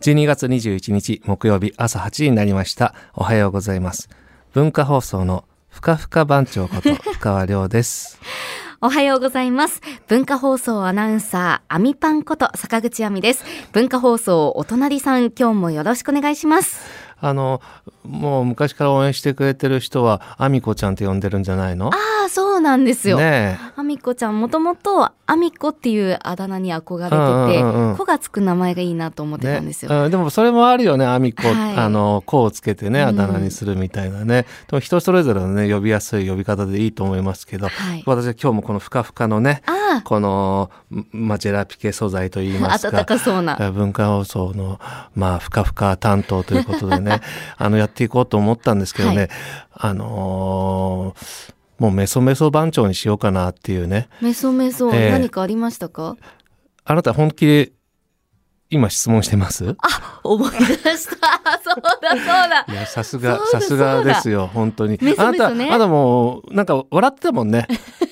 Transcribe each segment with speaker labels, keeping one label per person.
Speaker 1: 12月21日木曜日朝8時になりました。おはようございます。文化放送のふかふか番長こと深川亮です。
Speaker 2: おはようございます。文化放送アナウンサー、アミパンこと坂口亜美です。文化放送お隣さん、今日もよろしくお願いします。
Speaker 1: あの、もう昔から応援してくれてる人は、あみこちゃんって呼んでるんじゃないの
Speaker 2: ああ、そうなんですよ。
Speaker 1: ね
Speaker 2: あみこちゃん、もともと、あみこっていうあだ名に憧れてて、
Speaker 1: うんうんうん
Speaker 2: 子がつく名前がいいなと思っ
Speaker 1: え。
Speaker 2: て
Speaker 1: ね
Speaker 2: たんですよ。
Speaker 1: うん、でもそれもあるよね、あみこ、
Speaker 2: はい
Speaker 1: あの、こうつけてね、
Speaker 2: うん
Speaker 1: あだ名にするみたいなね。でも人それぞれのね、呼びやすい呼び方でいいと思いますけど、
Speaker 2: はい。
Speaker 1: 私は今日もこのふかふかのね、
Speaker 2: あ
Speaker 1: この、まあ、ジェラピケ素材といい
Speaker 2: あ、
Speaker 1: ます
Speaker 2: 暖
Speaker 1: か、
Speaker 2: かそうな。
Speaker 1: 文化放送の、まあ、ふかふか担当ということで ね、あの、やっていこうと思ったんですけどね、
Speaker 2: は
Speaker 1: あのーもうメソメソ番長にしようかなっていうね。
Speaker 2: メソメソ、
Speaker 1: ええ
Speaker 2: 何かありましたか
Speaker 1: あなた本気で今質問してます
Speaker 2: 思い出した。そうだ、そうだ
Speaker 1: い。や、さす
Speaker 2: そ
Speaker 1: が、
Speaker 2: う
Speaker 1: さ
Speaker 2: だ
Speaker 1: すがですよ、本当に。
Speaker 2: メソメソね
Speaker 1: あなた、あなたもう、なんか笑ってたもんね。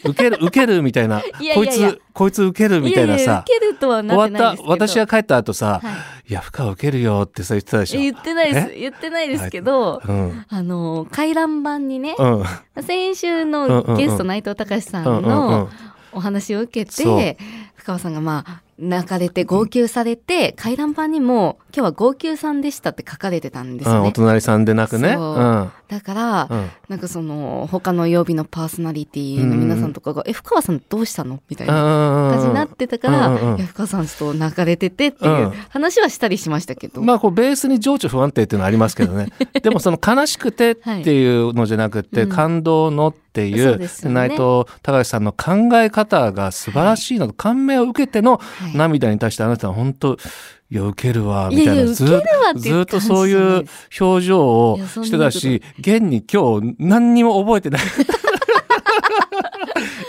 Speaker 1: 受ける、受けるみたいな。
Speaker 2: いや
Speaker 1: こ
Speaker 2: い
Speaker 1: い
Speaker 2: やいや
Speaker 1: つ、こいつ受けるみたいなさ。
Speaker 2: いやいや、受けるとは
Speaker 1: 終
Speaker 2: な
Speaker 1: わ
Speaker 2: ってない
Speaker 1: っ
Speaker 2: んで
Speaker 1: た
Speaker 2: すけど。
Speaker 1: 私が帰った後さ、
Speaker 2: はい
Speaker 1: い、や負荷を受けるよってさ言ってたでしょ。
Speaker 2: 言ってないです。言ってないですけど、
Speaker 1: うん
Speaker 2: あの、回覧板にね、
Speaker 1: うん
Speaker 2: 先週
Speaker 1: うんうんう
Speaker 2: の
Speaker 1: ん
Speaker 2: ゲスト内藤隆さ
Speaker 1: うん
Speaker 2: ん
Speaker 1: うんう
Speaker 2: の
Speaker 1: ん
Speaker 2: お話を受け
Speaker 1: そう
Speaker 2: て、深川さんがまあ、泣かれて号泣されて、回覧板にも、今日は号泣さんでしたって書かれてたんです
Speaker 1: うん
Speaker 2: よ
Speaker 1: お
Speaker 2: ね。
Speaker 1: 隣さんでなくね。う
Speaker 2: そうんだから
Speaker 1: う、ん
Speaker 2: なんかその、他の曜日のパーソナリティの皆さんとかが、え、深川さんどうしたのみたいな感じになってたか
Speaker 1: うんうんう
Speaker 2: ら
Speaker 1: ん、
Speaker 2: いや、深川さんちょっと泣かれててってい
Speaker 1: うん
Speaker 2: う話はしたりしましたけど。
Speaker 1: まあこうベースに情緒不安定っていうのはありますけど ねでもその悲しくてっていうのじゃなくて、
Speaker 2: はいうん
Speaker 1: 感動のってい
Speaker 2: そう
Speaker 1: う
Speaker 2: ですよ
Speaker 1: 内
Speaker 2: ね
Speaker 1: 藤隆さんの考え方が素晴らしいのと感銘を受けての
Speaker 2: はい
Speaker 1: 涙に対してあなたは本当いや受けるわみ
Speaker 2: い
Speaker 1: たい
Speaker 2: やい
Speaker 1: な
Speaker 2: や、
Speaker 1: ず
Speaker 2: 受
Speaker 1: っ
Speaker 2: けるわって
Speaker 1: ず
Speaker 2: い
Speaker 1: っ
Speaker 2: う
Speaker 1: と
Speaker 2: 感じ
Speaker 1: そういう表情を
Speaker 2: いやそんな
Speaker 1: してたし、現に今日何にも覚えてない。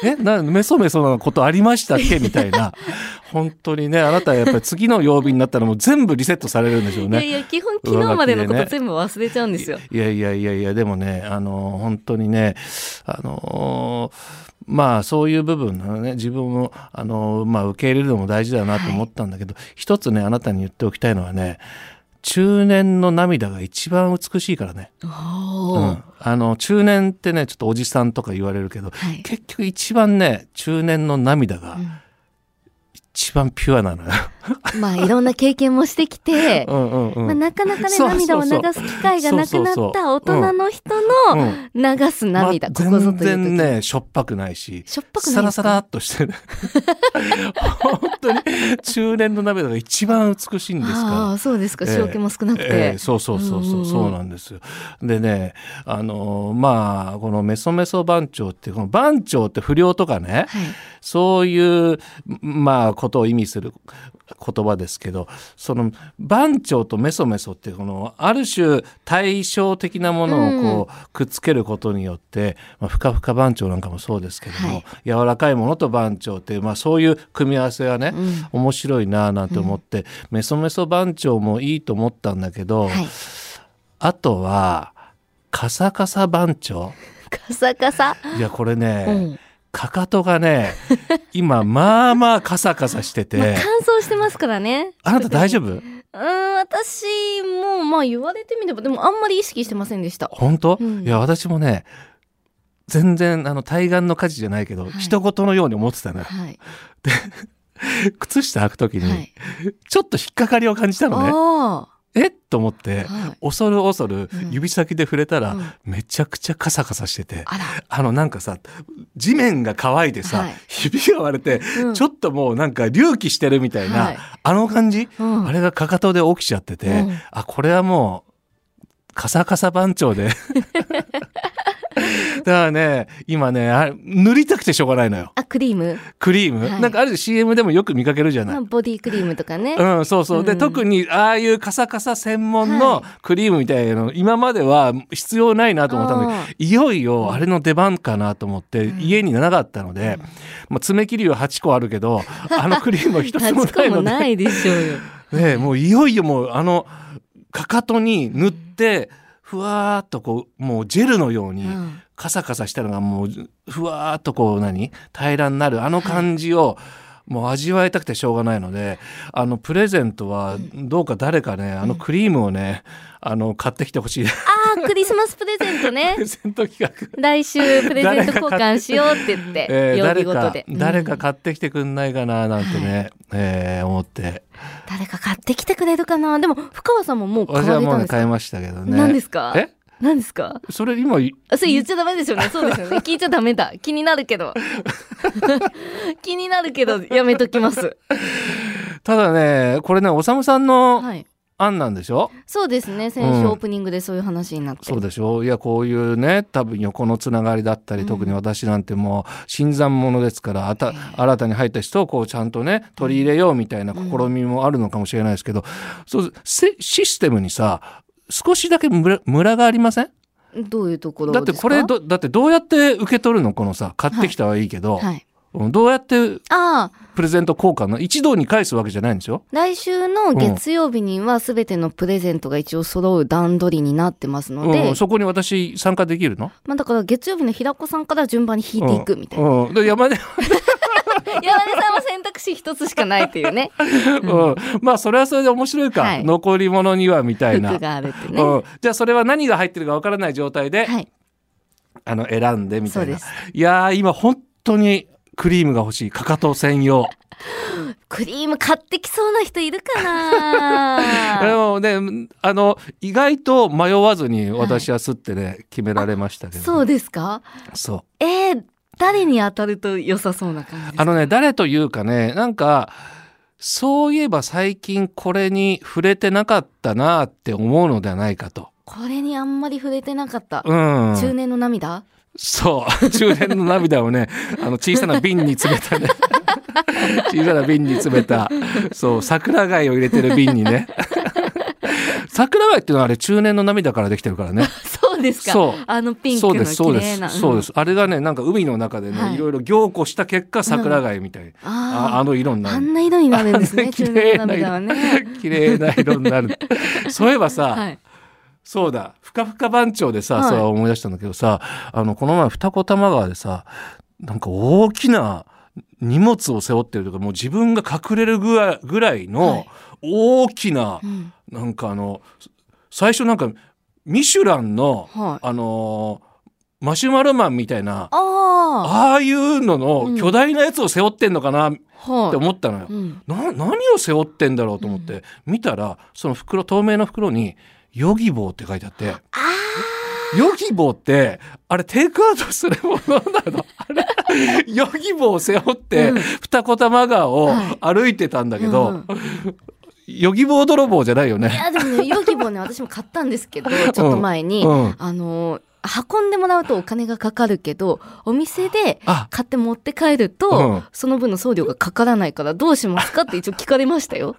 Speaker 1: えなメソメソなことありましたっけみたいな。本当にね、あなたはやっぱり次の曜日になったらもう全部リセットされるんでしょう
Speaker 2: いや
Speaker 1: ね。
Speaker 2: いや、基本昨日までのこ
Speaker 1: 上書
Speaker 2: と
Speaker 1: きでね
Speaker 2: 全部忘れちゃうんですよ。
Speaker 1: いやいやいやいや、でもね、あの、本当にね、あのまあそういう部分なのね自分をあの、まあ、受け入れるのも大事だなと思ったんだけど、一つねあなたに言っておきたいのはね中年の涙が一番美しいからね。
Speaker 2: お
Speaker 1: う
Speaker 2: ー
Speaker 1: ん、あの中年ってねちょっとおじさんとか言われるけど
Speaker 2: はい。
Speaker 1: 結局一番ね中年の涙が
Speaker 2: う
Speaker 1: 一番ピュアなのよ。
Speaker 2: ん まあ、いろんな経験もしてきて、
Speaker 1: うんうんうん
Speaker 2: まあ、なかなかね、
Speaker 1: そうそうそ
Speaker 2: 涙
Speaker 1: う
Speaker 2: を流す機会がなくなっ
Speaker 1: そうそう
Speaker 2: た
Speaker 1: そう
Speaker 2: 大人の人
Speaker 1: う
Speaker 2: の
Speaker 1: ん
Speaker 2: 流す涙、
Speaker 1: ま
Speaker 2: ここぞという
Speaker 1: 全然
Speaker 2: 時。
Speaker 1: ねしょっぱくないし
Speaker 2: しょっぱくない
Speaker 1: サラサラっとしてる本当に中年の涙が一番美しいんですから
Speaker 2: あ。あ、そうですか。
Speaker 1: ええ
Speaker 2: 塩気も少なくて。
Speaker 1: ええそうそうそうそううん
Speaker 2: うんうん
Speaker 1: そうなんですよ。でねあのまあこのメソメソ番長ってこの番長って不良とかね、
Speaker 2: はい。
Speaker 1: そういう、まあ、ことを意味する言葉ですけど、その、番長とメソメソって、この、ある種対照的なものをこう、くっつけることによって、まあ、ふかふか番長なんかもそうですけども、
Speaker 2: はい
Speaker 1: 柔らかいものと番長っていう、まあ、そういう組み合わせはね、
Speaker 2: うん
Speaker 1: 面白いなあなんて思って、メソメソ番長もいいと思ったんだけど、
Speaker 2: はい。
Speaker 1: あとは、カサカサ番長。
Speaker 2: カサカサ。
Speaker 1: いや、これね、
Speaker 2: うん。
Speaker 1: かかとが ね今まあまあカサカサして
Speaker 2: まあ、
Speaker 1: て
Speaker 2: 乾燥してますからね。
Speaker 1: あなた大丈夫
Speaker 2: うーん、私も、まあ、言われてみれば、でも、あんまり意識してませんでした。
Speaker 1: 本当、
Speaker 2: うん
Speaker 1: いや私もね全然あの対岸の火事じゃないけど、
Speaker 2: はい
Speaker 1: 一言のように思って たのよ
Speaker 2: はい。
Speaker 1: 靴下履く時
Speaker 2: は
Speaker 1: に
Speaker 2: い。
Speaker 1: ちょっと引っかかりを感じたのね、
Speaker 2: あ
Speaker 1: えっと思って
Speaker 2: あ。はい。
Speaker 1: 恐る恐る
Speaker 2: うん
Speaker 1: 指先で触れたら、
Speaker 2: うん
Speaker 1: めちゃくちゃカサカサしてて
Speaker 2: あら。
Speaker 1: あのなんかさ地面が乾いてさ、
Speaker 2: はい
Speaker 1: ひびが割れて、
Speaker 2: うん
Speaker 1: ちょっともうなんか隆起してるみたいな、
Speaker 2: はい
Speaker 1: あの感じ、
Speaker 2: うん
Speaker 1: あれがかかとで起きちゃってて、
Speaker 2: うん
Speaker 1: あ、これはもう、カサカサ番長で。 だからね、今ね、あれ塗りたくてしょうがないのよ。
Speaker 2: あ、クリーム。
Speaker 1: クリーム。
Speaker 2: はい
Speaker 1: なんかある CM でもよく見かけるじゃ
Speaker 2: ま
Speaker 1: な
Speaker 2: あ、
Speaker 1: い。
Speaker 2: ボディクリームとかね。
Speaker 1: うん、そうそう。で、
Speaker 2: うん
Speaker 1: 特に、ああいうカサカサ専門の
Speaker 2: は
Speaker 1: クリームみたいなの、今までは必要ないなと思ったんだけど、
Speaker 2: あー
Speaker 1: いよいよあれの出番かなと思って、
Speaker 2: うん
Speaker 1: 家になかったので、まあ、爪切りは8個あるけど、あのクリームは1つも
Speaker 2: 立ち
Speaker 1: な
Speaker 2: 込
Speaker 1: い
Speaker 2: も
Speaker 1: ので
Speaker 2: な。いでしょうよ。
Speaker 1: ねえもういよいよもうあのかかとに塗ってふわーっとこうもうジェルのよう
Speaker 2: う
Speaker 1: に
Speaker 2: ん
Speaker 1: カサカサしたのがもうふわーっとこう何平らになるあの感じを、もう味わいたくてしょうがないのであのプレゼントはどうか誰かね、あのクリームをねあの買ってきてほ しい、
Speaker 2: あークリスマスプレゼントね
Speaker 1: プレゼント企画。
Speaker 2: 来週プレゼント交換しようって言って、
Speaker 1: えー
Speaker 2: 曜
Speaker 1: 誰
Speaker 2: 日ごと
Speaker 1: か
Speaker 2: で、うん
Speaker 1: 誰か買ってきてくんないかななんてね、えー思って
Speaker 2: 誰か買ってきてくれるかなでも深川さんももう買われ
Speaker 1: 私はもう
Speaker 2: た
Speaker 1: んね
Speaker 2: ですか
Speaker 1: 買いましたけどね
Speaker 2: 何ですか
Speaker 1: え
Speaker 2: 何ですか
Speaker 1: それ今い
Speaker 2: あそれ言っちゃダメですよねそうですよね聞いちゃダメだ気になるけ ど気になるけどやめときます
Speaker 1: ただねこれねおさむさんの
Speaker 2: はい
Speaker 1: 案なんでしょ、
Speaker 2: そうですね先
Speaker 1: う
Speaker 2: 週
Speaker 1: ん
Speaker 2: オープニングでそういう話になって、
Speaker 1: そうでしょいやこういうね多分横のつながりだったり、
Speaker 2: うん
Speaker 1: 特に私なんてもう新参者ですからあた新たに入った人をこうちゃんとね取り入れようみたいな試みもあるのかもしれないですけど、そうせシステムにさ少しだけムラムラがありません
Speaker 2: どういうところ
Speaker 1: だ
Speaker 2: で
Speaker 1: っ
Speaker 2: すか
Speaker 1: てこれどだってどうやって受け取るのこのさ買ってきたはいいけど、
Speaker 2: はい
Speaker 1: うんどうやって
Speaker 2: ああ
Speaker 1: プレゼント交換の一堂に返すわけじゃないんですよ。
Speaker 2: 来週の月曜日には全てのプレゼントが一応揃う段取りになってますので、
Speaker 1: うん、そこに私参加できるの
Speaker 2: まあだから月曜日の平子さんから順番に引いていくみたいな、
Speaker 1: うん、で山根
Speaker 2: 山根さんは選択肢一つしかないって いうね
Speaker 1: うん、まあそれはそれで面白いか、
Speaker 2: はい
Speaker 1: 残り物にはみたいな、
Speaker 2: 服があるってね、
Speaker 1: うん、じゃあそれは何が入ってるかわからない状態で、
Speaker 2: はい
Speaker 1: あの選んでみた
Speaker 2: そう
Speaker 1: いな
Speaker 2: です
Speaker 1: いやー今本当にクリームが欲しいかかと専用
Speaker 2: クリーム買ってきそうな人いる かな
Speaker 1: でもねあの意外と迷わずに私はすってね、決められましたけどね、
Speaker 2: そうですか
Speaker 1: そう
Speaker 2: えー、誰に当たると良さそうな感じです
Speaker 1: あのね誰というかねなんかそういえば最近これに触れてなかったなって思うのではないかと。
Speaker 2: これにあんまり触れてなかった、
Speaker 1: うん、
Speaker 2: 中年の涙
Speaker 1: そう。中年の涙をね、あの、小さな瓶に詰めたね。 小さな瓶に詰めた、そう、桜貝を入れてる瓶にね。桜貝っていうのはあれ、中年の涙からできてるからね。
Speaker 2: そうですか
Speaker 1: そう
Speaker 2: あのピンク
Speaker 1: そう
Speaker 2: の
Speaker 1: です、そ
Speaker 2: 綺
Speaker 1: うで
Speaker 2: 麗な
Speaker 1: す。そうですす。あれがね、なんか海の中でね、
Speaker 2: はい
Speaker 1: い、ろいろ凝固した結果、桜貝みたいな。
Speaker 2: あ
Speaker 1: あ
Speaker 2: あ
Speaker 1: あの色になる。
Speaker 2: あんな色になるんです
Speaker 1: あん
Speaker 2: ね
Speaker 1: な綺
Speaker 2: 中
Speaker 1: 麗
Speaker 2: 年
Speaker 1: な
Speaker 2: の
Speaker 1: 色
Speaker 2: 涙はね
Speaker 1: 綺麗な色になる。そういえばさ、
Speaker 2: はい
Speaker 1: そうだ、ふかふか番長でさ、
Speaker 2: はい
Speaker 1: それは思い出したんだけどさ、あの、この前二子玉川でさ、なんか大きな荷物を背負ってるとか、もう自分が隠れるぐらいぐらい
Speaker 2: は
Speaker 1: の
Speaker 2: い
Speaker 1: 大きな、
Speaker 2: うん
Speaker 1: なんかあの、最初なんか、ミシュランの、
Speaker 2: はい
Speaker 1: あのーマシュマロマンみたいな、
Speaker 2: あ
Speaker 1: ああいうのの巨大なやつを背負ってんのかなって
Speaker 2: あはい
Speaker 1: 思ったのよ。
Speaker 2: うん
Speaker 1: な何を背負ってんだろうと思って、見たらその袋透明の袋に「ヨギボー」って書いてあって「ヨギボー」ってあれテイクアウトするものな のあれヨギボーを背負って、
Speaker 2: うん
Speaker 1: 二子玉川を
Speaker 2: はい
Speaker 1: 歩いてたんだけど、
Speaker 2: うんうん
Speaker 1: ヨギボー泥棒じゃないよ
Speaker 2: い
Speaker 1: ね。
Speaker 2: やでもねヨギボ ーね私も買ったんですけどちょっと前に、
Speaker 1: うん
Speaker 2: あの運んでもらうとお金がかかるけどお店で
Speaker 1: あ
Speaker 2: 買って持って帰ると、
Speaker 1: うん
Speaker 2: その分の送料がかからないからどうしますかって一応聞かれましたよ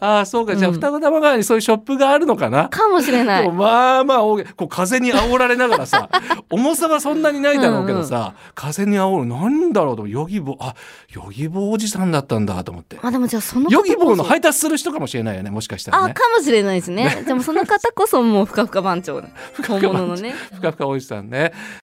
Speaker 1: あーそうかじゃあ
Speaker 2: うん
Speaker 1: 二子玉川にそういうショップがあるのかな、
Speaker 2: かもしれな
Speaker 1: でも
Speaker 2: い
Speaker 1: まあまあ大げこう風に煽られながら さ重さはそんなにないだろうけどさ、風に煽るなんだろうとヨギボーあヨギボーおじさんだったんだと思って
Speaker 2: まあでもじゃあその方
Speaker 1: ヨ
Speaker 2: こそ
Speaker 1: ギボーの配達する人かもしれないよねもしかしたら
Speaker 2: あ
Speaker 1: ね
Speaker 2: かもし れないですねでもその方こそもうふかふか番長本物のね
Speaker 1: ふかふかおじさんね